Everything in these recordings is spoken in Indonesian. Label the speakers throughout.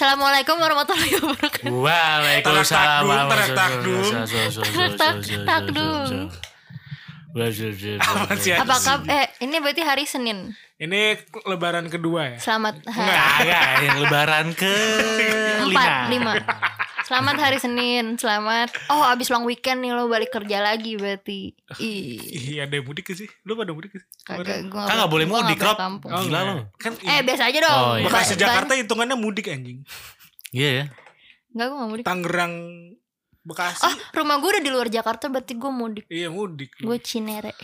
Speaker 1: Assalamualaikum warahmatullahi wabarakatuh.
Speaker 2: Waalaikumsalam.
Speaker 3: Tarak takdung, tarak
Speaker 1: takdung.
Speaker 2: Takdung.
Speaker 3: sih?
Speaker 1: Apa kab- eh ini berarti hari Senin.
Speaker 3: Ini lebaran kedua ya?
Speaker 1: Selamat hari
Speaker 2: Kagak yang lebaran ke
Speaker 1: empat lima. Selamat hari Senin. Selamat. Oh abis long weekend nih lo balik kerja lagi berarti. Ih.
Speaker 3: Iya, ada yang mudik gak sih? Lu pada mudik gak sih?
Speaker 1: Kagak gue
Speaker 2: Kagak boleh mudik, Rob.
Speaker 1: kampung.
Speaker 2: Gila
Speaker 3: enggak.
Speaker 2: lu.
Speaker 3: Kan
Speaker 1: Eh biasa aja dong.
Speaker 2: Oh, iya.
Speaker 3: Bekasi
Speaker 1: Ba-
Speaker 3: Jakarta
Speaker 1: ba-
Speaker 3: hitungannya mudik anjing.
Speaker 2: Iya ya.
Speaker 1: Enggak gue gak mudik.
Speaker 3: Tangerang Bekasi
Speaker 1: Oh rumah gue udah di luar Jakarta berarti gue mudik.
Speaker 3: Iya mudik.
Speaker 1: Gue cinere.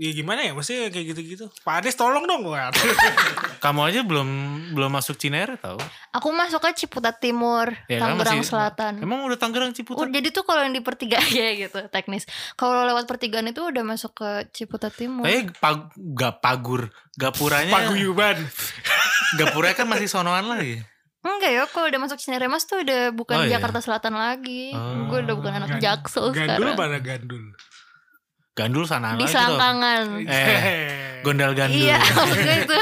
Speaker 3: Iya gimana ya? Maksudnya kayak gitu-gitu. Pak Ades tolong dong. Wah.
Speaker 1: Iya.
Speaker 2: Kamu aja belum belum masuk Cinere tau.
Speaker 1: Aku masuknya Ciputat Timur,
Speaker 2: Ya, kan
Speaker 1: Tangerang
Speaker 2: masih-
Speaker 1: Selatan.
Speaker 2: Emang udah Tangerang
Speaker 1: Oh,
Speaker 2: Ciputat?
Speaker 1: jadi tuh kalau yang di pertigaan ya gitu teknis. Kalau lewat pertigaan itu udah masuk ke Ciputat Timur.
Speaker 2: Tapi pag, gak pagur. Gapuranya.
Speaker 3: Paguyuban.
Speaker 2: Gapuranya kan masih sonoan lagi.
Speaker 1: Enggak ya, kalau udah masuk Cineremas tuh udah bukan
Speaker 2: Oh, iya.
Speaker 1: Jakarta Selatan lagi.
Speaker 2: Oh.
Speaker 1: Gue udah bukan anak
Speaker 3: Gan-
Speaker 1: Jaksel sekarang.
Speaker 3: Gandul pada gandul.
Speaker 2: Gandul sana
Speaker 1: Di
Speaker 2: lagi tuh.
Speaker 1: selangkangan.
Speaker 2: Eh, Gondal gandul.
Speaker 1: Iya, maksudnya itu.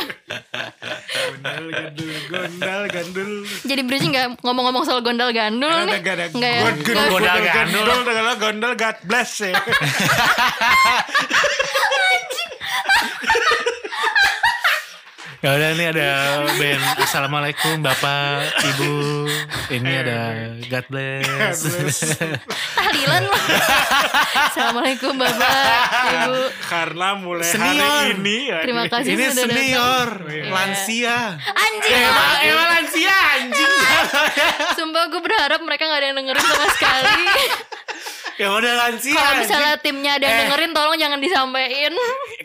Speaker 3: gondal gandul, gondal gandul.
Speaker 1: Jadi bridging nggak ngomong-ngomong soal gondal gandul
Speaker 3: Ada
Speaker 1: nih.
Speaker 3: gak ada
Speaker 1: Nggak ya?
Speaker 3: gondal,
Speaker 2: Gondal
Speaker 3: gondal
Speaker 2: gandul.
Speaker 3: gandul, gondal gondal God bless ya.
Speaker 2: Ya udah nih ada band Assalamualaikum Bapak Ibu Ini
Speaker 3: Eh,
Speaker 2: ada God bless
Speaker 1: Tahlilan lah. Assalamualaikum Bapak, Ibu.
Speaker 3: Karena mulai
Speaker 2: Senior.
Speaker 3: hari ini ya,
Speaker 1: Terima kasih
Speaker 2: Ini
Speaker 1: sudah datang.
Speaker 2: senior
Speaker 3: Iya.
Speaker 2: Lansia
Speaker 1: Anjing.
Speaker 2: Emang
Speaker 1: Bang.
Speaker 2: emang lansia anjing
Speaker 1: Sumpah gue berharap mereka nggak ada yang dengerin sama sekali.
Speaker 2: Ya udah lansia
Speaker 1: Kalau
Speaker 2: anjing.
Speaker 1: misalnya timnya ada yang
Speaker 2: Eh.
Speaker 1: dengerin tolong jangan disampaikan.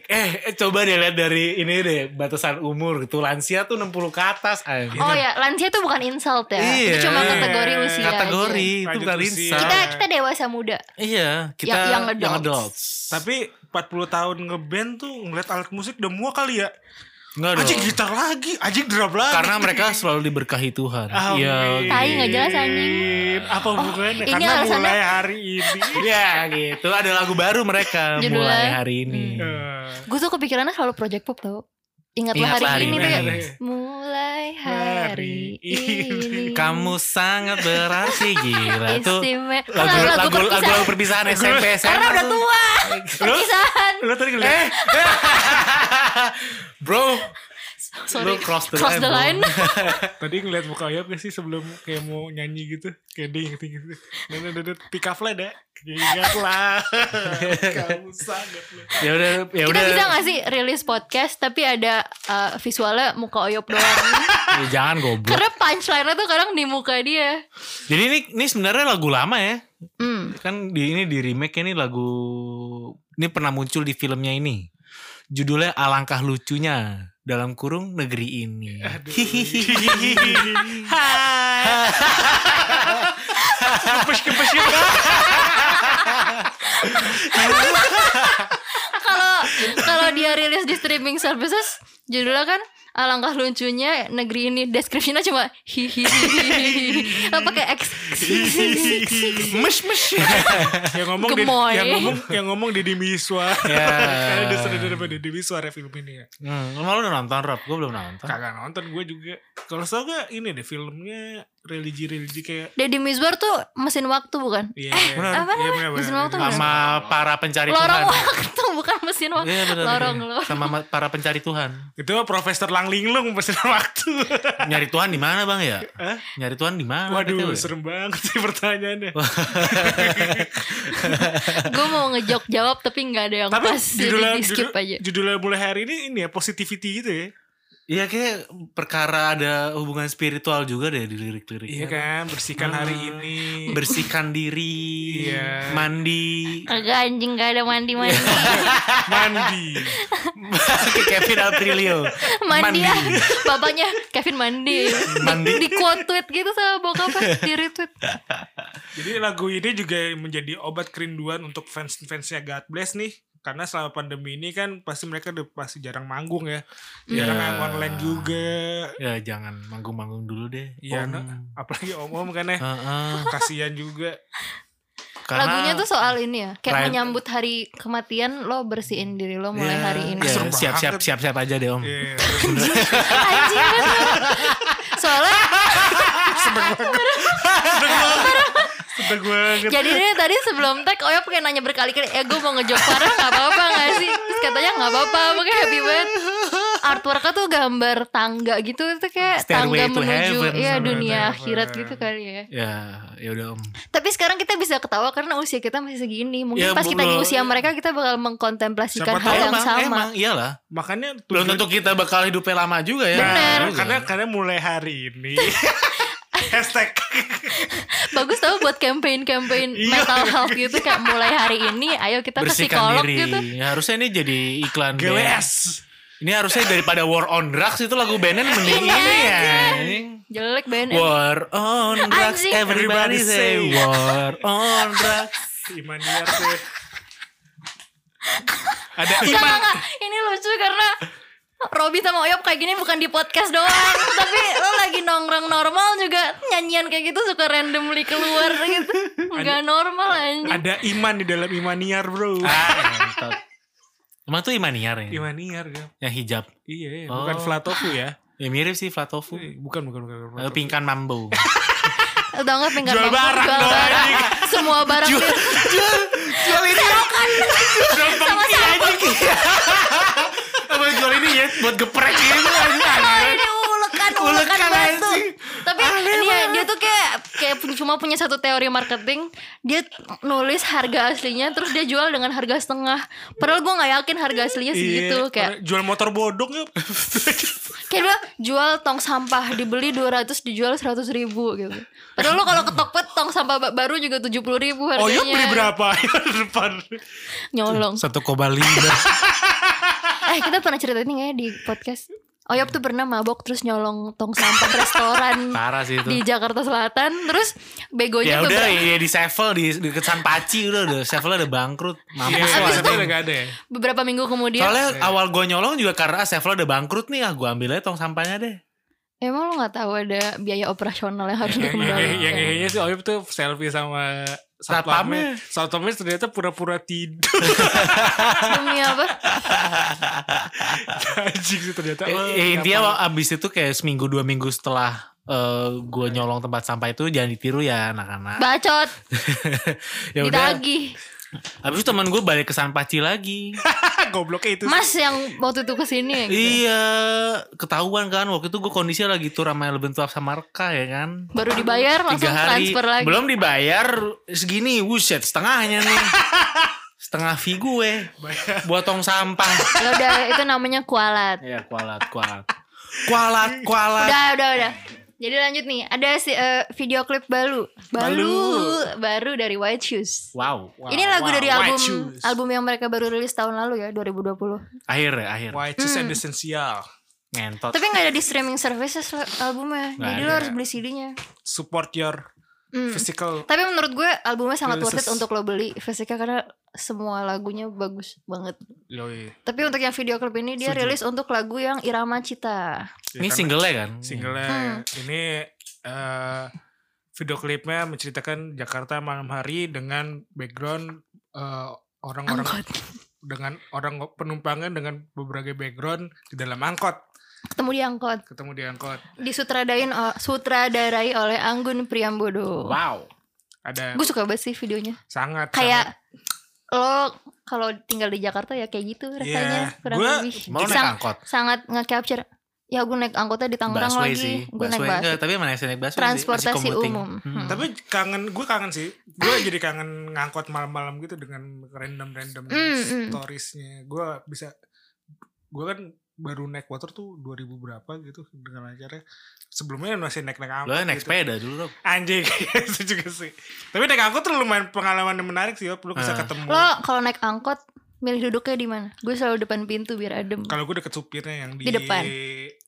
Speaker 2: Eh eh, coba deh lihat dari ini deh Batasan umur gitu Lansia tuh 60 ke atas anjing.
Speaker 1: Oh ya, lansia itu bukan insult ya.
Speaker 2: Iya. Ah.
Speaker 1: Itu cuma kategori usia.
Speaker 2: Kategori
Speaker 1: aja.
Speaker 2: itu
Speaker 3: Lanjut
Speaker 2: bukan
Speaker 3: usia.
Speaker 2: insult
Speaker 1: Kita kita dewasa muda.
Speaker 2: Iya Kita
Speaker 1: Yang- yang adults.
Speaker 3: Tapi 40 tahun ngeband tuh ngeliat alat musik udah mua kali ya.
Speaker 2: Enggak dong
Speaker 3: Anjing gitu. gitar lagi, anjing drum lagi.
Speaker 2: Karena mereka selalu diberkahi Tuhan
Speaker 3: Ah,
Speaker 2: Iya
Speaker 3: Amin.
Speaker 1: Tai nggak jelas anjing. Oh,
Speaker 3: Apa hubungannya?
Speaker 1: ini
Speaker 3: Karena
Speaker 1: alasannya-
Speaker 3: mulai hari ini.
Speaker 2: Ya gitu, ada lagu baru mereka
Speaker 1: Judulnya? Hmm.
Speaker 2: mulai hari ini.
Speaker 3: Eh,
Speaker 1: Gue tuh kepikirannya selalu project pop tau. Ingatlah hari,
Speaker 2: Ingatlah hari
Speaker 1: ini,
Speaker 2: ini.
Speaker 1: tuh ya. Mulai hari ini.
Speaker 2: Kamu sangat berarti gila tuh.
Speaker 1: istimewa.
Speaker 2: Lagu
Speaker 1: Iya Lagu-
Speaker 2: lagu
Speaker 1: lagu
Speaker 2: lagu, lagu perpisahan SMP SMA.
Speaker 1: Karena udah
Speaker 2: tuh.
Speaker 1: tua. Perpisahan.
Speaker 3: Lu tadi ngeliat
Speaker 2: Eh! Bro,
Speaker 1: Sorry.
Speaker 2: lu cross the
Speaker 1: Cross the
Speaker 2: line. bro.
Speaker 1: line.
Speaker 3: Tadi ngeliat muka Ayap gak sih sebelum kayak mau nyanyi gitu Kayak dia inget gitu Dan pick up lah dah Ingatlah Kamu sangat lah.
Speaker 2: ya udah ya
Speaker 1: Kita
Speaker 2: udah.
Speaker 1: bisa gak sih rilis podcast tapi ada uh, visualnya muka Oyop doang.
Speaker 2: Ya, jangan goblok.
Speaker 1: Karena punchline-nya tuh kadang di muka dia.
Speaker 2: Jadi ini ini sebenarnya lagu lama ya.
Speaker 1: Hmm.
Speaker 2: Kan di ini di remake ini lagu ini pernah muncul di filmnya ini. Judulnya Alangkah Lucunya dalam kurung negeri ini. Hihihi. Hai.
Speaker 3: Kepes kepes kepes
Speaker 1: Nah, kalau kalau dia rilis di streaming services judulnya kan alangkah lucunya negeri ini descriptionnya cuma hihihi apa pakai X
Speaker 2: Mesh mesh.
Speaker 3: Yang ngomong di,
Speaker 1: Gemoy.
Speaker 3: Yang ngomong Yang ngomong Deddy Miswa
Speaker 2: Ya.
Speaker 3: Karena dia sudah daripada Deddy Miswa Review ini ya
Speaker 2: Hmm, emang lu udah nonton Rob? Gue belum nonton.
Speaker 3: Kagak nonton gue juga Kalau tau gak ini deh filmnya Religi-religi kayak
Speaker 1: Deddy Mizwar tuh mesin waktu bukan
Speaker 3: Iya,
Speaker 2: benar.
Speaker 1: Eh, apa namanya? Mesin waktu benar.
Speaker 2: Sama para pencari
Speaker 1: lorong
Speaker 2: Tuhan.
Speaker 1: waktu bukan mesin waktu
Speaker 2: Iya, benar,
Speaker 1: lorong
Speaker 2: benar.
Speaker 1: lo
Speaker 2: Sama ma- para pencari Tuhan.
Speaker 3: Itu mah Profesor Langlingling mesin waktu.
Speaker 2: Nyari Tuhan di mana bang ya?
Speaker 3: Hah?
Speaker 2: Nyari Tuhan di mana?
Speaker 3: Eh? Waduh,
Speaker 2: Betul ya?
Speaker 3: serem banget sih pertanyaannya.
Speaker 1: gue mau ngejok jawab tapi nggak ada yang
Speaker 3: Tapi
Speaker 1: pas jadi
Speaker 3: judulnya
Speaker 1: di skip
Speaker 3: judul-
Speaker 1: aja
Speaker 3: judulnya mulai hari ini ini ya positivity gitu ya.
Speaker 2: Iya kayak perkara ada hubungan spiritual juga deh di
Speaker 3: Iya
Speaker 2: lirik-liriknya.
Speaker 3: kan, bersihkan
Speaker 2: Ah.
Speaker 3: hari ini.
Speaker 2: Bersihkan diri,
Speaker 3: Iya.
Speaker 2: mandi.
Speaker 1: kagak anjing gak ada mandi mandi
Speaker 3: mandi.
Speaker 2: Kayak Kevin Aprilio.
Speaker 1: mandi ya bapaknya Kevin mandi
Speaker 2: Mandi.
Speaker 1: di quote tweet gitu sama bokapnya di retweet
Speaker 3: Jadi lagu ini juga menjadi obat kerinduan untuk fans-fansnya God Bless nih. Karena selama pandemi ini kan pasti mereka udah pasti jarang manggung ya. Jarang
Speaker 2: Iya.
Speaker 3: yang online juga.
Speaker 2: Ya jangan manggung-manggung dulu deh.
Speaker 3: Iya,
Speaker 2: Om. Ah.
Speaker 3: nah, apalagi om-om kan ya.
Speaker 2: Heeh.
Speaker 3: Kasihan juga.
Speaker 2: Karena
Speaker 1: Lagunya tuh soal ini ya, kayak
Speaker 2: Ryan-
Speaker 1: menyambut hari kematian lo bersihin diri lo mulai
Speaker 2: ya,
Speaker 1: hari ini.
Speaker 2: ya,
Speaker 3: Serem
Speaker 2: siap siap
Speaker 3: Iya, banget.
Speaker 2: siap siap aja deh om.
Speaker 3: Iya.
Speaker 1: Anjing bener. Soalnya
Speaker 3: Sedek banget.
Speaker 1: jadi dia tadi sebelum tag Oya pakai nanya berkali-kali, eh gue mau ngejok parah nggak apa-apa nggak sih? Terus katanya nggak apa-apa, makanya happy banget. Artworknya tuh gambar tangga gitu, itu kayak
Speaker 2: Stairway
Speaker 1: tangga
Speaker 2: to
Speaker 1: menuju
Speaker 2: heaven,
Speaker 1: ya
Speaker 2: sama
Speaker 1: dunia
Speaker 3: heaven.
Speaker 1: akhirat gitu kali ya.
Speaker 2: Ya ya udah om.
Speaker 1: Tapi sekarang kita bisa ketawa karena usia kita masih segini. Mungkin
Speaker 2: Ya,
Speaker 1: pas kita di
Speaker 2: belum-
Speaker 1: usia mereka kita bakal mengkontemplasikan hal
Speaker 3: Siapa tahu
Speaker 1: yang
Speaker 2: emang,
Speaker 1: sama.
Speaker 2: emang iyalah.
Speaker 3: Makanya
Speaker 2: Belum
Speaker 3: tujuan-
Speaker 2: tentu kita bakal hidupnya lama juga ya.
Speaker 1: Bener.
Speaker 2: Iya.
Speaker 3: Karena karena mulai hari ini. Hashtag
Speaker 1: Bagus tau buat campaign-campaign
Speaker 3: Iya.
Speaker 1: mental health gitu kayak mulai hari ini ayo kita ke
Speaker 2: bersihkan
Speaker 1: psikolog
Speaker 2: diri.
Speaker 1: gitu.
Speaker 2: Ya, harusnya ini jadi iklan band.
Speaker 3: GWS.
Speaker 2: Ini harusnya daripada War on Drugs itu lagu bandnya mending
Speaker 1: Ini
Speaker 2: ini ya.
Speaker 1: Jelek BNN.
Speaker 2: War on drugs,
Speaker 1: Anjing.
Speaker 2: everybody
Speaker 3: Everybody
Speaker 2: say
Speaker 3: say.
Speaker 2: war on drugs.
Speaker 3: Imaniar tuh. ya. Ada
Speaker 2: Iya.
Speaker 1: Enggak, enggak, enggak. Ini lucu karena Robby sama Oyop kayak gini bukan di podcast doang Tapi lo lagi nongkrong normal juga Nyanyian kayak gitu suka randomly keluar gitu Enggak normal anjing
Speaker 3: ada iman di dalam Imaniar, Bro.
Speaker 2: Ah, entot. Emang tuh Imaniar ya?
Speaker 3: Imaniar ya.
Speaker 2: Yang hijab.
Speaker 3: Iya, iya.
Speaker 2: Oh.
Speaker 3: bukan Flatofu ya. Eh,
Speaker 2: Ya mirip sih Flatofu.
Speaker 3: Bukan, bukan, bukan. bukan.
Speaker 2: Atau Pingkan Mambo.
Speaker 1: Udah enggak pinggan
Speaker 3: Jual
Speaker 1: mampu,
Speaker 3: barang
Speaker 1: jual
Speaker 3: dong,
Speaker 1: barang.
Speaker 3: anjing.
Speaker 1: Semua barang di-
Speaker 2: Jual ini.
Speaker 1: sama siapa
Speaker 2: Apa jual ini ya buat geprek gitu
Speaker 1: Oh, ini ulekan ulekan
Speaker 2: Ulekan,
Speaker 1: batu
Speaker 2: anjing.
Speaker 1: tapi dia dia tuh kayak kayak pu- cuma punya satu teori marketing dia nulis harga aslinya terus dia jual dengan harga setengah padahal gue nggak yakin harga aslinya
Speaker 3: Iya,
Speaker 2: gitu,
Speaker 1: segitu kayak
Speaker 3: jual motor bodong ya.
Speaker 1: kayak dia bilang, jual tong sampah dibeli 200 dijual 100 ribu gitu padahal lo kalau ketokpet tong sampah ba- baru juga 70 ribu harganya
Speaker 3: oh, yuk
Speaker 2: Iya,
Speaker 3: beli berapa? depan.
Speaker 1: nyolong
Speaker 2: Satu koma lima.
Speaker 1: eh kita pernah cerita ini nggak ya di podcast Oyop tuh pernah mabok terus nyolong tong sampah restoran
Speaker 2: Parah sih itu.
Speaker 1: di Jakarta Selatan terus begonya
Speaker 2: ya udah
Speaker 1: beberapa-
Speaker 2: ya di Sevel di deket San Paci udah udah Sevel ada bangkrut mampus
Speaker 3: Iya,
Speaker 2: lah
Speaker 3: maksudnya
Speaker 2: anjing.
Speaker 3: udah gak ada ya.
Speaker 1: beberapa minggu kemudian
Speaker 2: soalnya awal gue nyolong juga karena ah, Sevel udah bangkrut nih ah gue ambil aja tong sampahnya deh
Speaker 1: emang lo nggak tahu ada biaya operasional yang
Speaker 2: Iya,
Speaker 1: harus
Speaker 3: Yang- Yang
Speaker 1: dikembalikan
Speaker 3: yang kayaknya sih Oyop tuh selfie sama
Speaker 2: Satpamnya.
Speaker 3: satpamnya. Satpamnya ternyata pura-pura tidur.
Speaker 1: demi apa
Speaker 3: Anjing sih ternyata.
Speaker 2: Eh,
Speaker 3: Oh,
Speaker 2: eh, intinya abis itu kayak seminggu dua minggu setelah gue nyolong tempat sampah itu jangan ditiru ya anak-anak
Speaker 1: bacot
Speaker 2: ya udah
Speaker 1: ditagih
Speaker 2: abis itu teman gue balik ke San Paci lagi
Speaker 3: kenapa? Ah, gobloknya itu.
Speaker 1: mas yang waktu itu kesini ya gitu
Speaker 2: iya ketahuan kan waktu itu gue kondisinya lagi tuh ramai lebih tua sama Reka ya kan
Speaker 1: baru dibayar langsung
Speaker 2: tiga hari
Speaker 1: transfer lagi
Speaker 2: belum dibayar segini wuset setengahnya nih setengah fee gue buat tong sampah
Speaker 1: Ya udah itu namanya kualat
Speaker 2: ya kualat kualat kualat kualat
Speaker 1: udah udah udah jadi lanjut nih ada si eh, video klip baru baru baru dari White Shoes
Speaker 2: wow, wow.
Speaker 1: ini lagu
Speaker 3: wow,
Speaker 1: dari
Speaker 3: White
Speaker 1: album
Speaker 3: Shoes.
Speaker 1: album yang mereka baru rilis tahun lalu ya 2020
Speaker 2: akhir ya akhir
Speaker 3: White Shoes and Essential.
Speaker 2: ngentot
Speaker 1: Tapi nggak ada di streaming services lo- albumnya.
Speaker 2: Nggak
Speaker 1: Jadi lo
Speaker 2: ada.
Speaker 1: harus beli CD-nya.
Speaker 3: Support your
Speaker 1: Hmm.
Speaker 3: physical.
Speaker 1: Tapi menurut gue albumnya sangat worth it
Speaker 3: Releases.
Speaker 1: untuk lo beli fisiknya karena semua lagunya bagus banget.
Speaker 3: Yoi.
Speaker 1: Tapi untuk yang video klip ini dia rilis untuk lagu yang irama cita.
Speaker 2: ini single kan
Speaker 3: singlenya ini eh video klipnya menceritakan Jakarta malam hari dengan background eh, orang-orang
Speaker 1: Angkot.
Speaker 3: dengan orang penumpangan dengan berbagai background di dalam angkot
Speaker 1: Ketemu di angkot.
Speaker 3: ketemu di angkot
Speaker 1: Disutradain o- sutradarai oleh Anggun Priambodo.
Speaker 2: wow
Speaker 3: ada
Speaker 1: Gue suka banget sih videonya.
Speaker 3: sangat
Speaker 1: Kayak lo kalau tinggal di Jakarta ya kayak gitu rasanya
Speaker 3: Iya.
Speaker 1: kurang
Speaker 3: Gua
Speaker 1: lebih.
Speaker 2: mau
Speaker 1: Sang-
Speaker 2: naik angkot
Speaker 1: sangat nge-capture. Ya gue naik angkotnya di Tangerang
Speaker 2: busway
Speaker 1: lagi.
Speaker 2: sih
Speaker 1: Gue naik
Speaker 2: busway
Speaker 1: bus.
Speaker 2: Enggak, tapi emang naik naik busway sih. Masih
Speaker 1: transportasi
Speaker 2: commuting.
Speaker 1: umum.
Speaker 2: Hmm.
Speaker 1: Hmm.
Speaker 3: sangat. tapi kangen gue kangen sih
Speaker 1: Ah.
Speaker 3: gue jadi kangen ngangkot malam-malam gitu dengan random-random
Speaker 1: Mm, mm.
Speaker 3: storiesnya gue bisa gue kan baru naik water tuh 2000 berapa gitu dengan acaranya sebelumnya masih naik-naik angkot
Speaker 2: lo naik
Speaker 3: gitu.
Speaker 2: sepeda dulu Rob.
Speaker 3: Anjing, itu juga sih. Tapi naik angkot tuh lumayan pengalaman yang menarik sih, Yop. Lu bisa
Speaker 2: Ah.
Speaker 3: ketemu.
Speaker 1: Lo kalau naik angkot milih duduknya di mana? Gue selalu depan pintu biar adem.
Speaker 3: Kalau gue deket supirnya yang di...
Speaker 1: Di depan.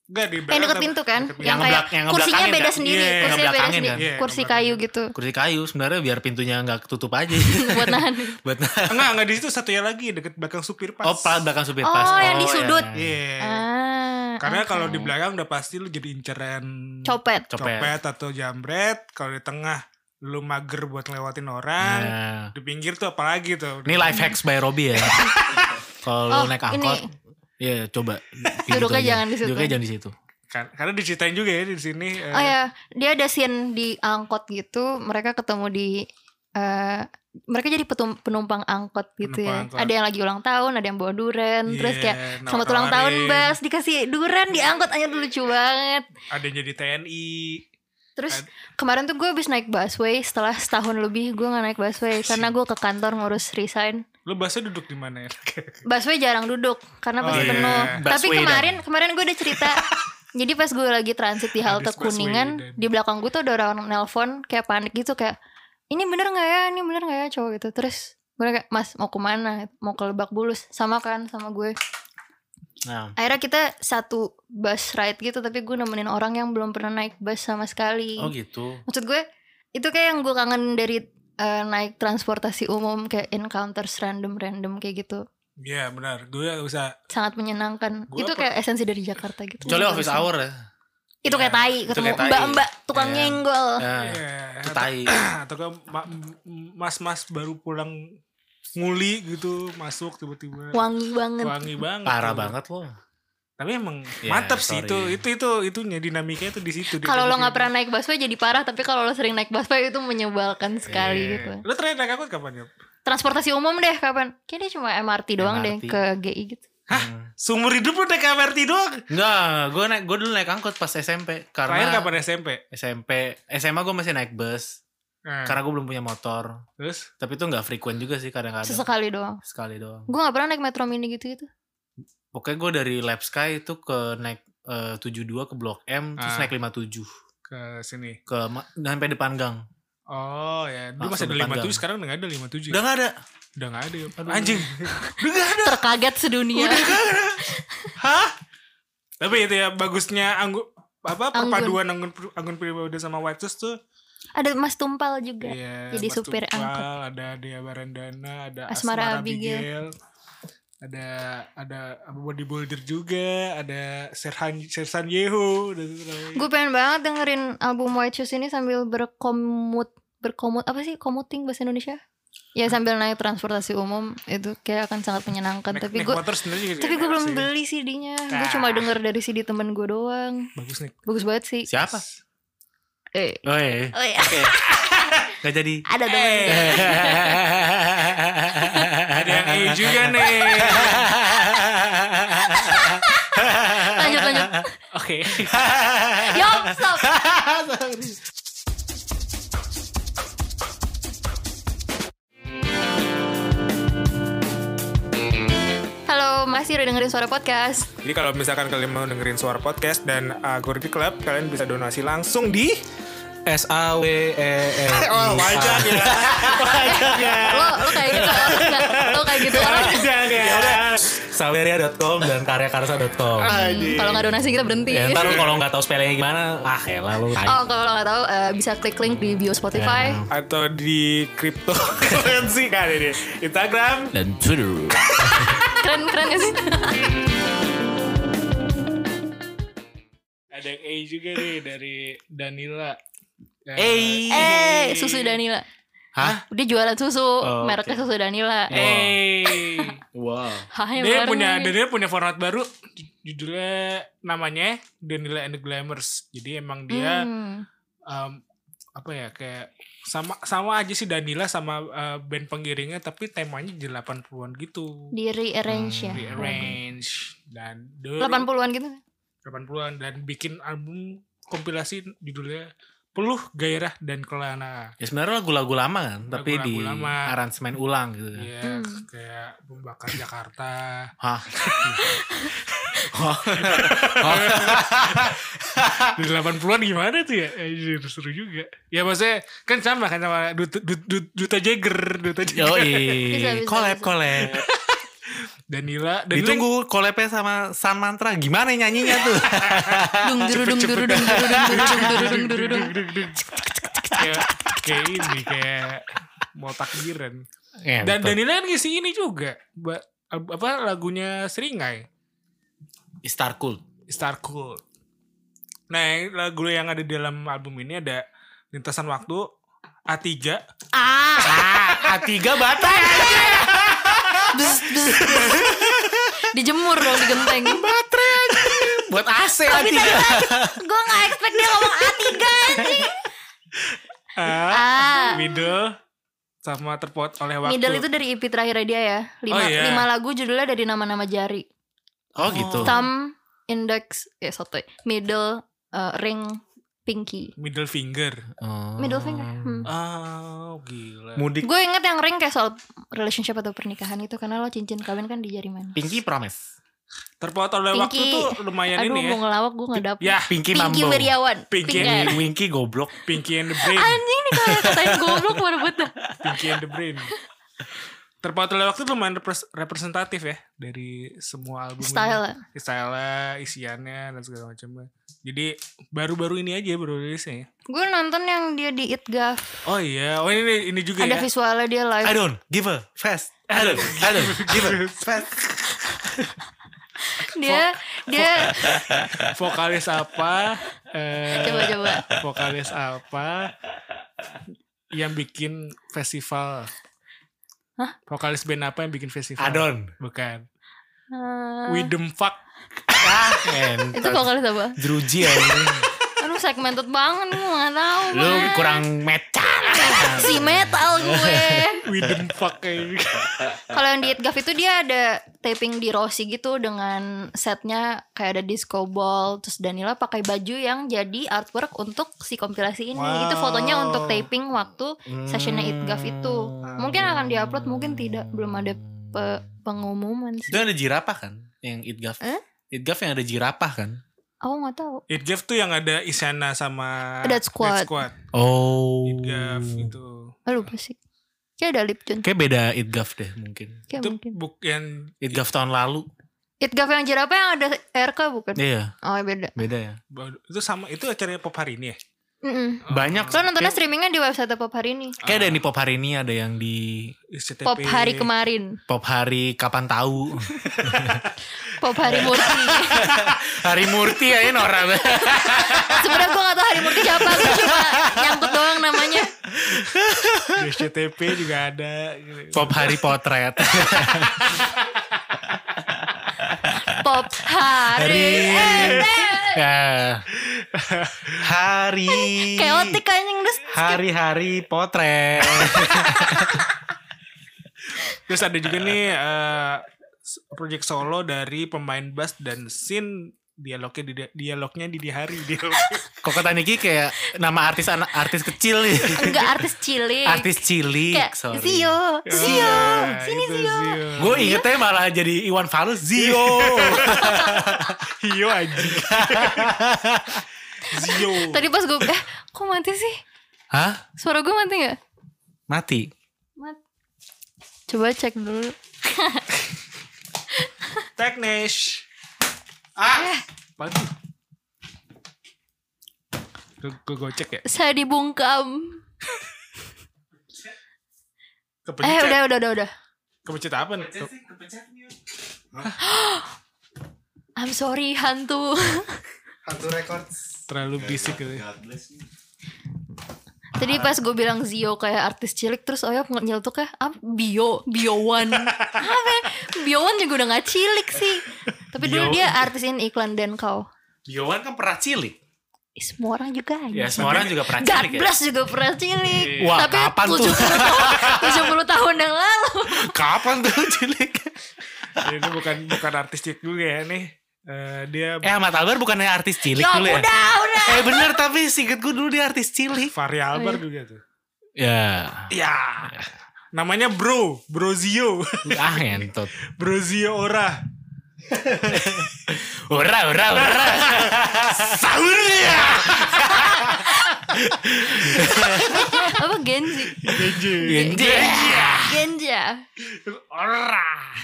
Speaker 3: Enggak, di
Speaker 1: Yang deket
Speaker 3: belakang,
Speaker 1: pintu kan?
Speaker 3: deket
Speaker 1: Yang
Speaker 2: Yang
Speaker 1: kayak
Speaker 2: ngeblak- yang
Speaker 1: kursinya
Speaker 2: ngebelakangin
Speaker 1: beda
Speaker 2: kan?
Speaker 1: sendiri,
Speaker 3: Iya, yang
Speaker 1: kursinya beda
Speaker 2: ngebelakangin
Speaker 1: sendiri.
Speaker 2: kan?
Speaker 3: Iya, yang
Speaker 1: Kursi kayu
Speaker 3: ngebelakangin.
Speaker 1: gitu
Speaker 2: kursi kayu sebenarnya biar pintunya nggak ketutup aja
Speaker 1: buat nahan.
Speaker 2: buat nahan.
Speaker 3: Enggak, enggak di situ satunya lagi deket belakang supir pas.
Speaker 2: oh plat belakang supir
Speaker 1: Oh,
Speaker 2: pas
Speaker 1: yang di
Speaker 2: iya.
Speaker 1: sudut.
Speaker 3: Iya.
Speaker 1: Ah,
Speaker 3: Karena
Speaker 1: oke.
Speaker 3: kalau di belakang udah pasti lu jadi inceran
Speaker 1: copet.
Speaker 2: copet
Speaker 3: atau jambret. Kalau di tengah lu mager buat ngelewatin orang
Speaker 2: Nah,
Speaker 3: di pinggir tuh apalagi tuh
Speaker 2: ini life hacks by Robby ya. Kalau
Speaker 1: Oh,
Speaker 2: lu naik
Speaker 1: ini.
Speaker 2: angkot, ya coba.
Speaker 1: Duduknya jangan di situ.
Speaker 2: Duduknya jangan di situ.
Speaker 3: Kan- karena diceritain juga ya di sini eh,
Speaker 1: Oh ya, dia ada scene di angkot gitu, mereka ketemu di eh mereka jadi petum- penumpang angkot gitu
Speaker 3: Penumpang
Speaker 1: ya.
Speaker 3: angkot.
Speaker 1: Ada yang lagi ulang tahun, ada yang bawa duren, terus
Speaker 3: iya,
Speaker 1: kayak selamat ulang tahun,
Speaker 3: nawar-nawarin.
Speaker 1: Bas, dikasih duren di angkot aja lucu banget.
Speaker 3: ada yang jadi TNI
Speaker 1: Terus kemarin tuh gue habis naik busway setelah setahun lebih gue nggak naik busway karena gue ke kantor ngurus resign.
Speaker 3: lu bahasa duduk di mana ya
Speaker 1: Busway jarang duduk karena
Speaker 3: Oh,
Speaker 1: pasti
Speaker 3: iya.
Speaker 1: penuh. Tapi
Speaker 2: Busway dah.
Speaker 1: kemarin kemarin gue udah cerita. jadi pas gue lagi transit di halte
Speaker 3: Habis busway
Speaker 1: Kuningan,
Speaker 3: dan-
Speaker 1: di belakang gue tuh ada orang nelpon kayak panik gitu kayak ini bener nggak ya, ini bener nggak ya cowok gitu. Terus gue kayak mas mau kemana? Mau ke Lebak Bulus? Sama kan sama gue.
Speaker 2: Nah,
Speaker 1: Akhirnya kita satu bus ride gitu tapi gue nemenin orang yang belum pernah naik bus sama sekali.
Speaker 2: oh gitu.
Speaker 1: Maksud gue itu kayak yang gue kangen dari eh, naik transportasi umum kayak encounters random-random kayak gitu.
Speaker 3: Iya benar gue bisa
Speaker 1: Sangat menyenangkan.
Speaker 3: Gue
Speaker 1: itu kayak
Speaker 3: per-
Speaker 1: esensi dari Jakarta gitu.
Speaker 2: Kecuali office hour ya.
Speaker 1: Itu kayak tai
Speaker 2: Itu
Speaker 1: ketemu
Speaker 2: kayak tai.
Speaker 1: mbak-mbak tukang
Speaker 2: Iya.
Speaker 1: nyenggol.
Speaker 2: Nah,
Speaker 3: Iya,
Speaker 2: itu
Speaker 3: atau-
Speaker 2: tai.
Speaker 3: atau kan ma- mas-mas baru pulang nguli gitu masuk tiba-tiba
Speaker 1: Wangi banget.
Speaker 3: wangi banget
Speaker 2: Parah
Speaker 3: tuh.
Speaker 2: banget loh.
Speaker 3: tapi emang
Speaker 2: Ya,
Speaker 3: mantep sih
Speaker 2: sorry.
Speaker 3: itu itu itu itunya dinamikanya tuh di situ di
Speaker 1: Kalau lo
Speaker 3: tempat
Speaker 1: nggak
Speaker 3: ini.
Speaker 1: pernah naik busway jadi parah, tapi kalau lo sering naik busway itu menyebalkan sekali
Speaker 2: Iya.
Speaker 1: gitu.
Speaker 3: Lu terakhir naik angkot kapan ya?
Speaker 1: Transportasi umum deh kapan? Kayaknya cuma MRT doang deh
Speaker 2: MRT.
Speaker 1: ke GI gitu.
Speaker 2: Hah?
Speaker 3: Seumur hidup lu naik MRT doang.
Speaker 2: Enggak, gue Hmm. naik gue dulu naik angkot pas SMP
Speaker 3: Terakhir
Speaker 2: karena
Speaker 3: kapan SMP?
Speaker 2: SMP, SMA gue masih naik bus
Speaker 3: Nah,
Speaker 2: karena gue belum punya motor.
Speaker 3: terus
Speaker 2: Tapi itu nggak frequent juga sih kadang-kadang.
Speaker 1: Sesekali doang.
Speaker 2: Sekali doang.
Speaker 1: Gue nggak pernah naik metro mini gitu gitu.
Speaker 2: Pokoknya gue dari Lab Sky itu ke naik eh, 72 ke Blok M terus
Speaker 3: Ah.
Speaker 2: naik 57
Speaker 3: ke sini.
Speaker 2: ke ma- sampai depan gang.
Speaker 3: Oh ya, dulu
Speaker 2: Langsung
Speaker 3: masih ada
Speaker 2: depan
Speaker 3: 57
Speaker 2: gang.
Speaker 3: sekarang udah gak ada 57.
Speaker 2: Udah nggak ada.
Speaker 3: Udah gak ada ya.
Speaker 2: Aduh.
Speaker 3: Anjing.
Speaker 1: Terkaget sedunia.
Speaker 3: Hah? Tapi itu ya bagusnya anggu apa
Speaker 1: Anggun.
Speaker 3: perpaduan anggun anggun pribadi sama white Shoes tuh.
Speaker 1: Ada Mas Tumpal juga.
Speaker 3: Iya.
Speaker 1: jadi
Speaker 3: Mas
Speaker 1: supir
Speaker 3: Tupal,
Speaker 1: angkot.
Speaker 3: Ada Dea Barandana, ada
Speaker 1: Asmara
Speaker 3: Asmara, Abigail. Ada ada Body Builder juga, ada Serhan Sersan Yeho dan lain-lain.
Speaker 1: Gue pengen banget dengerin album White Shoes ini sambil berkomut berkomut apa sih commuting bahasa Indonesia? Ya sambil naik transportasi umum itu kayak akan sangat menyenangkan. Kan,
Speaker 3: Naik-
Speaker 1: tapi
Speaker 3: naik
Speaker 1: gue
Speaker 3: motor sebenarnya juga
Speaker 1: tapi gue
Speaker 3: enak
Speaker 1: belum
Speaker 3: sih.
Speaker 1: beli CD-nya. Gue cuma
Speaker 3: Ah.
Speaker 1: denger dari CD temen gue doang.
Speaker 3: Bagus nih.
Speaker 1: Bagus banget sih.
Speaker 2: Siapa?
Speaker 1: Eh,
Speaker 2: Oh iya.
Speaker 1: oh iya,
Speaker 2: Oke. Gak jadi.
Speaker 1: ada temen.
Speaker 3: Eh, ada yang EU juga nih.
Speaker 1: Lanjut lanjut.
Speaker 3: Oke.
Speaker 1: Yo stop. Halo, masih udah dengerin suara podcast.
Speaker 3: Jadi kalau misalkan kalian mau dengerin suara podcast dan uh, Gordy Club, kalian bisa donasi langsung di
Speaker 2: S A W E L I A.
Speaker 3: Oh, wajan ya. Wajan ya.
Speaker 1: Lo lo kayak gitu orang nggak? Lo kayak gitu orang.
Speaker 3: Wajan
Speaker 2: Iya.
Speaker 3: ya.
Speaker 2: Saweria.com dan karyakarsa.com.
Speaker 1: Hmm, Kalau nggak donasi kita berhenti.
Speaker 2: Ya, ntar lu kalau nggak tahu spellingnya gimana, ah elah lu. tai.
Speaker 1: iya. Oh, kalau lo nggak tahu eh, bisa klik link di bio Spotify.
Speaker 3: Atau di cryptocurrency kan ini. Instagram.
Speaker 2: Dan Twitter.
Speaker 1: Keren keren gak sih?
Speaker 3: Ada yang A juga nih dari Danila.
Speaker 2: Eh.
Speaker 1: eh, susu Danila.
Speaker 2: Hah?
Speaker 1: Dia jualan susu,
Speaker 2: Oh,
Speaker 1: mereknya susu Danila.
Speaker 2: Wow.
Speaker 3: Eh.
Speaker 2: Wow.
Speaker 1: Hah, yang
Speaker 3: Dia
Speaker 1: bener
Speaker 3: punya
Speaker 1: nih.
Speaker 3: Danila punya format baru ju- judulnya namanya Danila and the Glamours. Jadi emang dia
Speaker 1: Hmm.
Speaker 3: um, apa ya kayak sama sama aja sih Danila sama uh, band penggiringnya tapi temanya di 80-an gitu.
Speaker 1: di rearrange ya.
Speaker 3: Di arrange dan dulu
Speaker 1: 80-an gitu.
Speaker 3: 80-an dan bikin album kompilasi judulnya Peluh Gairah dan Kelana.
Speaker 2: Ya sebenarnya lagu-lagu lama kan, tapi
Speaker 3: Lagu-lagu
Speaker 2: di
Speaker 3: lama.
Speaker 2: aransemen ulang gitu. kan.
Speaker 3: Iya,
Speaker 1: Hmm.
Speaker 3: kayak membakar Jakarta.
Speaker 2: Hah?
Speaker 3: Di 80-an gimana tuh ya? Eh, seru juga. Ya maksudnya kan sama kan sama Duta, Duta, Duta Jagger, Duta Jagger.
Speaker 1: Bisa,
Speaker 2: Yoi,
Speaker 1: bisa,
Speaker 2: collab
Speaker 1: bisa.
Speaker 2: collab.
Speaker 3: Danila, Danila
Speaker 2: Ditunggu collabnya sama San Mantra. Gimana nyanyinya tuh?
Speaker 1: Dung duru dung duru dung duru dung duru dung duru dung duru dung.
Speaker 3: kayak kayak ini kayak mau takbiran.
Speaker 2: Ya,
Speaker 3: Dan
Speaker 2: betul.
Speaker 3: Danila kan ngisi ini juga. Ba- apa lagunya Seringai,
Speaker 2: Star Cool.
Speaker 3: Star Cool. Nah, yang lagu yang ada di dalam album ini ada Lintasan Waktu, A3
Speaker 1: Ah,
Speaker 2: Ah, A3 Batak.
Speaker 1: dijemur dong di genteng.
Speaker 2: Baterai anjing. Buat AC
Speaker 1: Oh,
Speaker 2: A3.
Speaker 1: Gue gak expect dia ngomong A3 anjing.
Speaker 3: A
Speaker 1: Ah,
Speaker 3: middle sama terpot oleh waktu
Speaker 1: Middle itu dari EP terakhirnya dia ya. Lima,
Speaker 3: Oh, iya.
Speaker 1: lima lagu judulnya dari nama-nama jari.
Speaker 2: Oh gitu.
Speaker 1: Thumb, index, ya sotoy. Middle, eh, ring, pinky.
Speaker 3: middle finger
Speaker 2: Oh.
Speaker 1: Middle finger. Hmm.
Speaker 3: oh gila
Speaker 2: Mudik
Speaker 1: Gue inget yang ring kayak soal relationship atau pernikahan itu karena lo cincin kawin kan di jari mana?
Speaker 2: Pinky Promise.
Speaker 3: terpot oleh
Speaker 1: Pinky.
Speaker 3: waktu tuh lumayan
Speaker 1: Aduh
Speaker 3: ini ya
Speaker 1: mau ngelawak gue gak dapet.
Speaker 3: ya
Speaker 2: Pinky,
Speaker 1: Pinky
Speaker 2: Mambo.
Speaker 1: Wiryawan.
Speaker 3: Pinky.
Speaker 1: Pingan.
Speaker 2: Winky goblok.
Speaker 3: Pinky and the Brain
Speaker 1: Anjing nih kalau katain goblok pada betah.
Speaker 3: Pinky and the Brain terpot oleh waktu tuh lumayan repres- representatif ya dari semua album
Speaker 1: Style ya? lah.
Speaker 3: ini. style isiannya dan segala macamnya jadi baru-baru ini aja baru rilisnya ya.
Speaker 1: Gue nonton yang dia di Itgaf.
Speaker 3: oh iya oh ini ini juga
Speaker 1: Ada
Speaker 3: ya
Speaker 1: visualnya dia live.
Speaker 2: I don't give a fast. I don't, I don't give a fast.
Speaker 1: Dia dia
Speaker 3: vokalis apa eh,
Speaker 1: coba coba.
Speaker 3: vokalis apa yang bikin festival?
Speaker 1: Hah?
Speaker 3: Vokalis band apa yang bikin festival?
Speaker 2: Adon.
Speaker 3: Bukan.
Speaker 1: Ah,
Speaker 3: Widem fuck.
Speaker 2: Ah,
Speaker 1: itu
Speaker 2: entot.
Speaker 1: vokalis apa?
Speaker 2: Jeruji anjing.
Speaker 1: Aduh segmented banget gue gak tau
Speaker 2: Lu kurang mecan.
Speaker 1: Si metal gue
Speaker 3: Widem fuck kayak gitu.
Speaker 1: Kalau yang di Itgaf itu dia ada taping di Rossi gitu Dengan setnya kayak ada disco ball Terus Danila pakai baju yang jadi artwork untuk si kompilasi ini
Speaker 3: Wow.
Speaker 1: Itu fotonya untuk taping waktu sessionnya Itgaf itu
Speaker 2: Hmm.
Speaker 1: Mungkin akan diupload mungkin tidak Belum ada pe- pengumuman
Speaker 2: Itu
Speaker 1: sih
Speaker 2: yang ada jirapah kan? Yang Itgaf.
Speaker 1: Eh?
Speaker 2: Itgaf yang ada jirapah kan?
Speaker 1: Aku gak tahu
Speaker 3: It Gave tuh yang ada Isyana sama
Speaker 1: Dead Squad.
Speaker 2: Oh.
Speaker 3: It Gave itu.
Speaker 1: Lupa sih Kayak ada Lipjun
Speaker 2: Kayak beda Itgaf deh mungkin.
Speaker 1: Kayak
Speaker 3: Itu
Speaker 1: mungkin
Speaker 3: bukan
Speaker 2: Itgaf tahun lalu.
Speaker 1: Itgaf yang jerapah yang ada RK bukan?
Speaker 2: Iya,
Speaker 1: Oh beda
Speaker 2: beda ya.
Speaker 3: itu sama itu acaranya pop hari ini ya?
Speaker 1: Mm-mm.
Speaker 3: Oh.
Speaker 2: Banyak.
Speaker 1: Lo nontonnya streamingnya di website pop hari ini.
Speaker 2: Kayak ada yang di pop hari ini, ada yang di
Speaker 3: SCTV.
Speaker 1: Pop hari kemarin.
Speaker 2: pop hari kapan tahu.
Speaker 1: Pop hari
Speaker 2: Iya.
Speaker 1: Murti.
Speaker 2: hari Murti ya Nora.
Speaker 1: Sebenarnya gue gak tau hari Murti siapa. Gue cuma nyangkut doang namanya.
Speaker 3: Di SCTV juga ada. gitu.
Speaker 2: pop hari potret.
Speaker 1: Pop hari. Eh,
Speaker 2: Hari.
Speaker 1: eh.
Speaker 2: Ya. hari.
Speaker 1: Keotik anjing des.
Speaker 2: Hari-hari potret.
Speaker 3: Terus ada juga nih eh, s- project solo dari pemain bass dan scene dialognya di dialognya di hari dialog.
Speaker 2: Kok kata Niki kayak nama artis anak artis kecil nih.
Speaker 1: Enggak artis cilik.
Speaker 2: artis cilik,
Speaker 1: Eh, Kayak
Speaker 2: sorry. Iya,
Speaker 1: Zio. Zio.
Speaker 3: Ah,
Speaker 1: Sini
Speaker 3: itu
Speaker 1: Zio.
Speaker 2: Gue ingetnya ya malah jadi Iwan Fals Zio.
Speaker 3: Zio aja. Zio.
Speaker 1: Tadi pas gue. Eh kok mati sih?
Speaker 2: Hah?
Speaker 1: Suara gue mati gak?
Speaker 2: Mati.
Speaker 1: Mati. Coba cek dulu.
Speaker 3: Teknis.
Speaker 1: Eh.
Speaker 3: Ah. Pagi. Gue gocek ya.
Speaker 1: Saya dibungkam. Eh
Speaker 3: Kepencet.
Speaker 1: udah udah udah udah.
Speaker 3: Kepencet apa nih?
Speaker 1: I'm sorry hantu.
Speaker 4: Hantu Records.
Speaker 3: Terlalu bisik gitu.
Speaker 4: God bless you.
Speaker 1: Tadi pas gue bilang Zio kayak artis cilik terus Oyop nyelotok kayak ah, Bio, Bio One. Apa? ya? Bio One juga udah gak cilik sih. Tapi dulu
Speaker 2: Bio.
Speaker 1: dia artis ini iklan dan kau.
Speaker 2: Yowan kan pernah cilik.
Speaker 1: Ih, Semua orang juga
Speaker 2: Ya
Speaker 1: aja.
Speaker 2: semua orang juga pernah
Speaker 1: God
Speaker 2: cilik ya.
Speaker 1: bless juga pernah cilik.
Speaker 2: Wah,
Speaker 1: Tapi
Speaker 2: kapan tuh?
Speaker 1: 70 tahun, 70 tahun yang lalu.
Speaker 2: Kapan tuh cilik?
Speaker 3: Ini bukan bukan artistik juga ya nih. Eh, dia
Speaker 2: Eh Ahmad Albar bukannya artis cilik
Speaker 1: Ya
Speaker 2: dulu ya?
Speaker 1: udah, udah.
Speaker 2: Eh bener tapi singkat gue dulu dia artis cilik.
Speaker 3: Fahri
Speaker 1: Oh, iya.
Speaker 3: Albar juga tuh.
Speaker 2: Ya.
Speaker 3: Ya. Namanya Bro, Brozio.
Speaker 2: Ah ngentot.
Speaker 3: Brozio Ora.
Speaker 2: Ora ora ora. Sahur ya.
Speaker 1: Apa Genji? ya?
Speaker 2: Genji.
Speaker 1: Genja.
Speaker 3: Ora.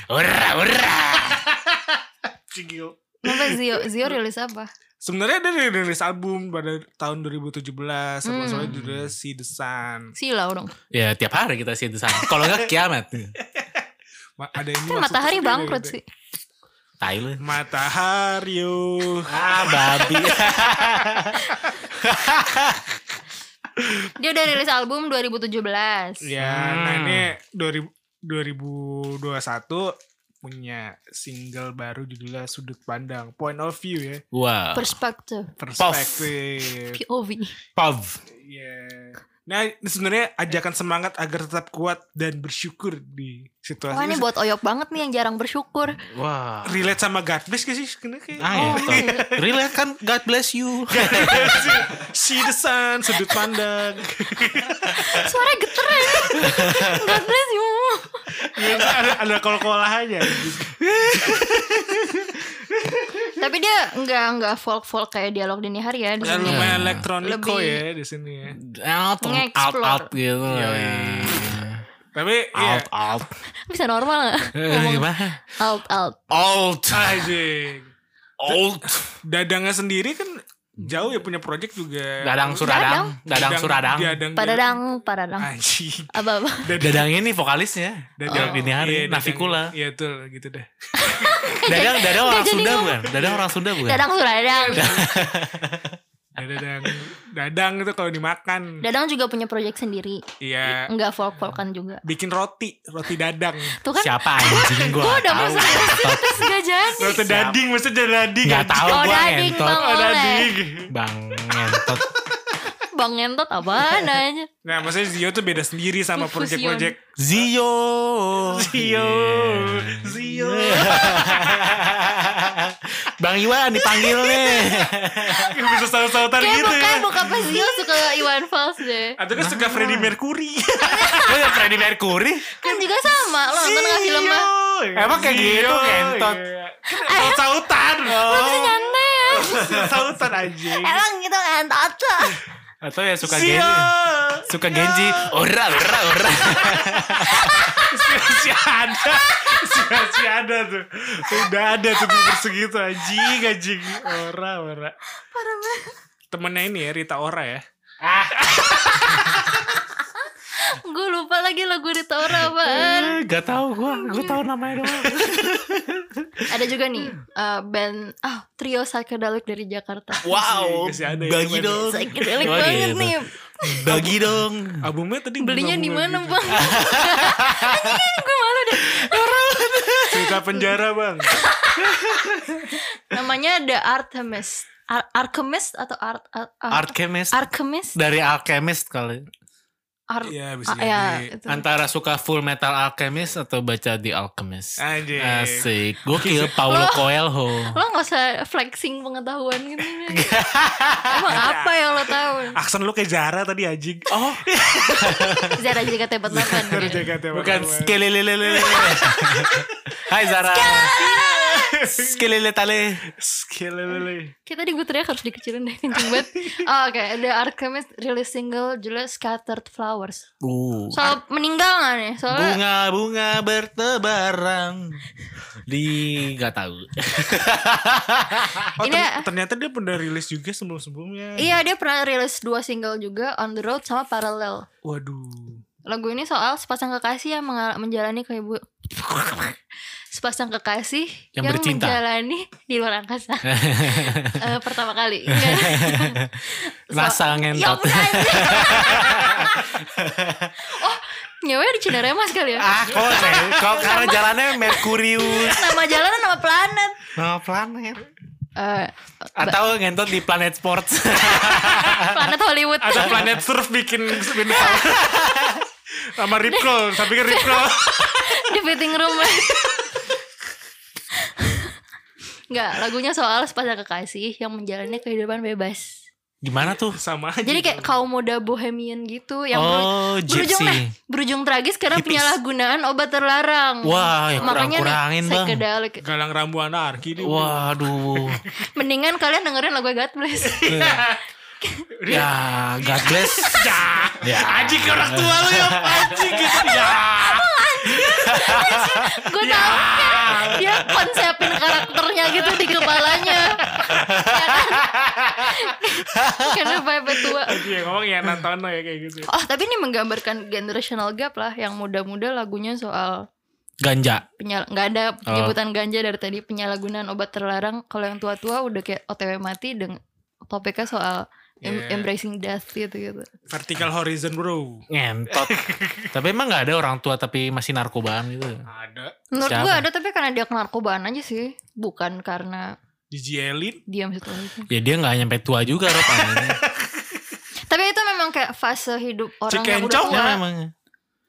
Speaker 2: Ora ora.
Speaker 3: Cigil.
Speaker 1: Kenapa Zio? Zio rilis apa?
Speaker 3: Sebenarnya dia rilis album pada tahun 2017. Album
Speaker 1: Hmm.
Speaker 3: soalnya judulnya See The Sun.
Speaker 1: Silau dong. Kan
Speaker 2: Ya tiap hari kita sih itu sama. Kalau enggak kiamat.
Speaker 3: Ma- Ada ini
Speaker 1: Kan
Speaker 3: maksudnya
Speaker 1: matahari
Speaker 2: gitu ya,
Speaker 3: beda-beda.
Speaker 1: bangkrut sih.
Speaker 2: Thailand.
Speaker 3: Matahari. yo.
Speaker 2: Ah babi.
Speaker 1: Dia udah rilis album 2017.
Speaker 3: Ya,
Speaker 2: Hmm.
Speaker 3: nah ini 2000 2021 punya single baru judulnya Sudut Pandang, Point of View ya,
Speaker 2: Wah.
Speaker 1: Perspektif
Speaker 3: perspektif.
Speaker 1: POV.
Speaker 2: Pav.
Speaker 3: Iya. Nah, ini sebenarnya ajakan semangat agar tetap kuat dan bersyukur di situasi
Speaker 1: Wah ini buat Oyok banget nih yang jarang bersyukur.
Speaker 2: Wah.
Speaker 3: relate sama God bless gak sih? Kena kayak
Speaker 2: Ah ya, betul. Relate kan God bless you.
Speaker 3: iya. see the sun, sudut pandang.
Speaker 1: Suara geter ya. God bless you.
Speaker 3: Iya, ada ada kol-kolahannya.
Speaker 1: Tapi dia nggak nggak folk folk kayak dialog dini hari ya di
Speaker 3: Dan
Speaker 2: Iya.
Speaker 1: sini.
Speaker 3: lumayan elektroniko
Speaker 1: Lebih-
Speaker 3: ya di sini ya.
Speaker 2: out, out,
Speaker 1: Nge-explore.
Speaker 2: out gitu.
Speaker 3: Yoi. Tapi iya,
Speaker 2: Out, out.
Speaker 1: Bisa normal nggak?
Speaker 2: Eh, Gimana?
Speaker 1: Out out.
Speaker 2: Out,
Speaker 3: anjing.
Speaker 2: out.
Speaker 3: Dadangnya sendiri kan jauh ya punya project juga.
Speaker 2: Hmm. Dadang Suradang. Dadang Suradang.
Speaker 3: Dadang.
Speaker 1: Padadang padadang.
Speaker 3: Anjing.
Speaker 1: Apa apa.
Speaker 3: Dadang.
Speaker 2: Dadang ini vokalisnya. Dadang dini
Speaker 3: Iya,
Speaker 2: hari.
Speaker 3: Dadang.
Speaker 2: Navikula.
Speaker 3: Iya tuh gitu deh.
Speaker 2: Dadang, dadang orang
Speaker 1: jadi
Speaker 2: Sunda
Speaker 1: ngomong.
Speaker 2: bukan? Dadang orang Sunda bukan?
Speaker 1: Dadang suradang.
Speaker 2: Iya.
Speaker 3: Dadang. Dadang itu kalau dimakan.
Speaker 1: Dadang juga punya project sendiri.
Speaker 3: Iya.
Speaker 1: Nggak folk folkan juga.
Speaker 3: Bikin roti, roti dadang.
Speaker 1: Tuh kan.
Speaker 2: Siapa anjing gua?
Speaker 1: Gue udah
Speaker 2: nggak
Speaker 1: mau
Speaker 2: tahu.
Speaker 1: serius terus nggak jadi.
Speaker 3: Roti dading maksudnya jadi dading.
Speaker 2: Nggak
Speaker 3: anjing.
Speaker 2: tahu
Speaker 1: Oh,
Speaker 2: gua
Speaker 1: dading,
Speaker 2: ngentot.
Speaker 1: Bang.
Speaker 3: Oh, dading.
Speaker 2: Bang ngentot.
Speaker 1: Bang entot apaan aja.
Speaker 3: Nah, maksudnya Zio tuh beda sendiri sama
Speaker 1: Fusion.
Speaker 3: project-project
Speaker 2: Zio. Iya.
Speaker 3: Zio.
Speaker 2: Yeah.
Speaker 3: Zio.
Speaker 2: Iya. Bang Iwan dipanggil nih.
Speaker 3: Nggak bisa saut-sautan
Speaker 1: Kayak
Speaker 3: gitu
Speaker 1: bukan
Speaker 3: ya.
Speaker 1: bukan pas dia suka Iwan Fals deh.
Speaker 3: Atau kan
Speaker 2: Nah.
Speaker 3: suka Freddie Mercury.
Speaker 2: Lu yang Freddie Mercury.
Speaker 1: Kan juga sama. Lo nonton nggak
Speaker 2: Iya.
Speaker 1: film mah?
Speaker 2: Emang kayak gitu, kentot.
Speaker 3: Sautan.
Speaker 2: Eh,
Speaker 1: Nyantai ya.
Speaker 3: Sautan aja.
Speaker 1: Emang gitu entot tuh.
Speaker 2: Atau
Speaker 3: ya
Speaker 2: yang suka Genji.
Speaker 3: Zio.
Speaker 2: Suka Genji. Ora, ora, ora.
Speaker 3: Si ada. Si, si ada tuh. Udah ada tuh bibir segitu anjing anjing. Ora ora. Temennya ini ya Rita Ora ya.
Speaker 1: Gue lupa lagi lagu Rita Ora apaan
Speaker 2: Eh, Gak tau gua, gua tau namanya doang.
Speaker 1: Ada juga nih eh, band ah Trio Psychedelic dari Jakarta
Speaker 2: Wow,
Speaker 3: Masih ada ya,
Speaker 2: bagi
Speaker 3: kemarin.
Speaker 2: dong.
Speaker 1: Psychedelic
Speaker 2: Wah,
Speaker 1: banget
Speaker 2: gitu.
Speaker 1: nih
Speaker 2: Bagi dong.
Speaker 3: Albumnya tadi
Speaker 1: Belinya di
Speaker 3: bunga-bunga
Speaker 1: mana
Speaker 3: gitu.
Speaker 1: bang? Anjing gue malu deh
Speaker 3: Cerita penjara bang.
Speaker 1: Namanya The Artemis Ar Alchemist atau Art Ar ah, Ar
Speaker 2: Alchemist.
Speaker 1: Alchemist?
Speaker 2: Dari Alchemist kali.
Speaker 1: Ar-
Speaker 3: Iya bisa
Speaker 1: ah, ya,
Speaker 3: jadi.
Speaker 1: itu.
Speaker 2: Antara suka full metal Alchemist atau baca The Alchemist.
Speaker 3: Anjing.
Speaker 2: Asik. Gokil Paulo Coelho.
Speaker 1: Lo gak usah flexing pengetahuan gitu Nyet. Emang apa yang lo tahu?
Speaker 3: Aksen lu kayak Zara tadi anjing.
Speaker 2: Oh,
Speaker 1: Zara jaga tepat delapan
Speaker 3: Zara jaga tema
Speaker 2: bukan
Speaker 3: teman.
Speaker 2: skelelelele. Hai Zara. Skelele tale.
Speaker 3: Skelelele.
Speaker 1: Kita di gue teriak harus dikecilin deh kenceng banget. Oh, Oke, The Alchemist rilis single judulnya Scattered Flowers.
Speaker 2: Uh.
Speaker 1: Soal meninggal gak nih? Soalnya
Speaker 2: Bunga-bunga bertebaran di gak tahu.
Speaker 3: Oh,
Speaker 1: Ini- ya.
Speaker 3: ter- ternyata dia pernah rilis juga sebelum-sebelumnya.
Speaker 1: Iya dia pernah rilis dua single juga On The Road sama Parallel
Speaker 3: Waduh.
Speaker 1: Lagu ini soal sepasang kekasih yang mengal- menjalani keibu Sepasang kekasih
Speaker 2: Yang bercinta.
Speaker 1: menjalani di luar angkasa Eh, Pertama kali Enggak.
Speaker 2: Rasa
Speaker 1: Ya
Speaker 2: ngentot.
Speaker 1: udah aja. Oh nyewa di Cinarema sekali ya
Speaker 2: Ah, kok, Nek? kok karena jalannya Merkurius.
Speaker 1: Nama jalanan nama planet
Speaker 2: Nama planet.
Speaker 1: Eh,
Speaker 2: Atau ngentot di planet sports.
Speaker 1: Planet Hollywood
Speaker 3: Ada planet surf bikin bikin sama Rip Curl, tapi kan Rip Curl.
Speaker 1: di fitting room Enggak, lagunya soal sepasang kekasih yang menjalani kehidupan bebas.
Speaker 2: Gimana tuh?
Speaker 3: sama aja.
Speaker 1: Iya. Jadi kayak kaum muda bohemian gitu yang beru-
Speaker 2: Gitu. oh,
Speaker 1: berujung
Speaker 2: gypsy.
Speaker 1: nah, berujung tragis karena
Speaker 2: Hippies.
Speaker 1: penyalahgunaan obat terlarang.
Speaker 2: Wah, ya
Speaker 1: Makanya nih,
Speaker 2: kurang-kurangin, Bang.
Speaker 1: psychedelic.
Speaker 3: Galang rambu anarki nih.
Speaker 2: Waduh.
Speaker 1: Mendingan kalian dengerin lagu God Bless.
Speaker 2: Iya. ya, God bless.
Speaker 3: Ya. Aji ke orang tua lu ya, Aji gitu. Ya.
Speaker 1: Gue tahu kan, dia konsepin karakternya gitu di kepalanya. Ya kan? Karena vibe tua.
Speaker 3: Aji yang ngomong ya Natono ya kayak gitu.
Speaker 1: Oh, tapi ini menggambarkan generational gap lah yang muda-muda lagunya soal
Speaker 2: Ganja.
Speaker 1: penyal nggak ada
Speaker 2: Oh.
Speaker 1: penyebutan ganja dari tadi penyalahgunaan obat terlarang kalau yang tua-tua udah kayak OTW mati dengan topiknya soal Em-
Speaker 3: Yeah.
Speaker 1: embracing death gitu gitu
Speaker 3: Vertical Horizon bro.
Speaker 2: ngentot tapi emang nggak ada orang tua tapi masih narkobaan gitu
Speaker 3: Ada.
Speaker 1: menurut
Speaker 2: Siapa?
Speaker 1: gue ada tapi karena dia narkobaan aja sih bukan karena
Speaker 3: Dijielin.
Speaker 1: diam situ aja.
Speaker 2: ya dia nggak nyampe tua juga Rob anjingnya.
Speaker 1: tapi itu memang kayak fase hidup orang yang udah
Speaker 3: Cikencong
Speaker 2: ya
Speaker 1: tua
Speaker 2: memang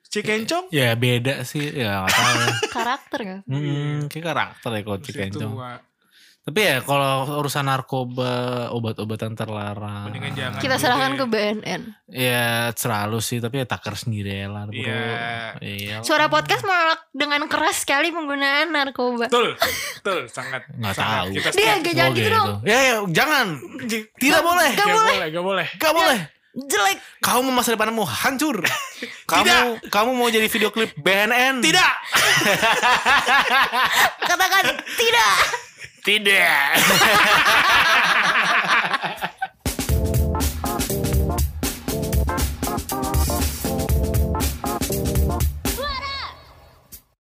Speaker 3: Cikencong.
Speaker 2: ya beda sih ya nggak tahu
Speaker 1: karakter kan
Speaker 2: hmm, kayak karakter ya kalau
Speaker 3: Terus itu,
Speaker 2: cikencong
Speaker 3: wah,
Speaker 2: tapi ya kalau urusan narkoba obat-obatan terlarang
Speaker 3: Mendingan jangan.
Speaker 1: kita
Speaker 3: dulu
Speaker 1: serahkan
Speaker 3: deh.
Speaker 1: ke BNN
Speaker 2: ya selalu sih tapi ya takar sendiri lah bro
Speaker 3: Iya.
Speaker 2: iya
Speaker 1: suara podcast menolak dengan keras sekali penggunaan narkoba
Speaker 3: Betul. Betul. Sangat.
Speaker 2: nggak tahu
Speaker 3: sangat. Kita
Speaker 1: dia
Speaker 3: setuju.
Speaker 1: gak jangan
Speaker 2: Oh,
Speaker 1: gitu dong
Speaker 2: Ya, ya, jangan. Tidak boleh.
Speaker 1: Gak boleh.
Speaker 3: Gak boleh.
Speaker 2: Gak boleh.
Speaker 1: jelek
Speaker 2: Kamu masa depanmu hancur. Kamu kamu mau jadi video klip BNN?
Speaker 3: Tidak.
Speaker 1: katakan tidak
Speaker 2: Tidak.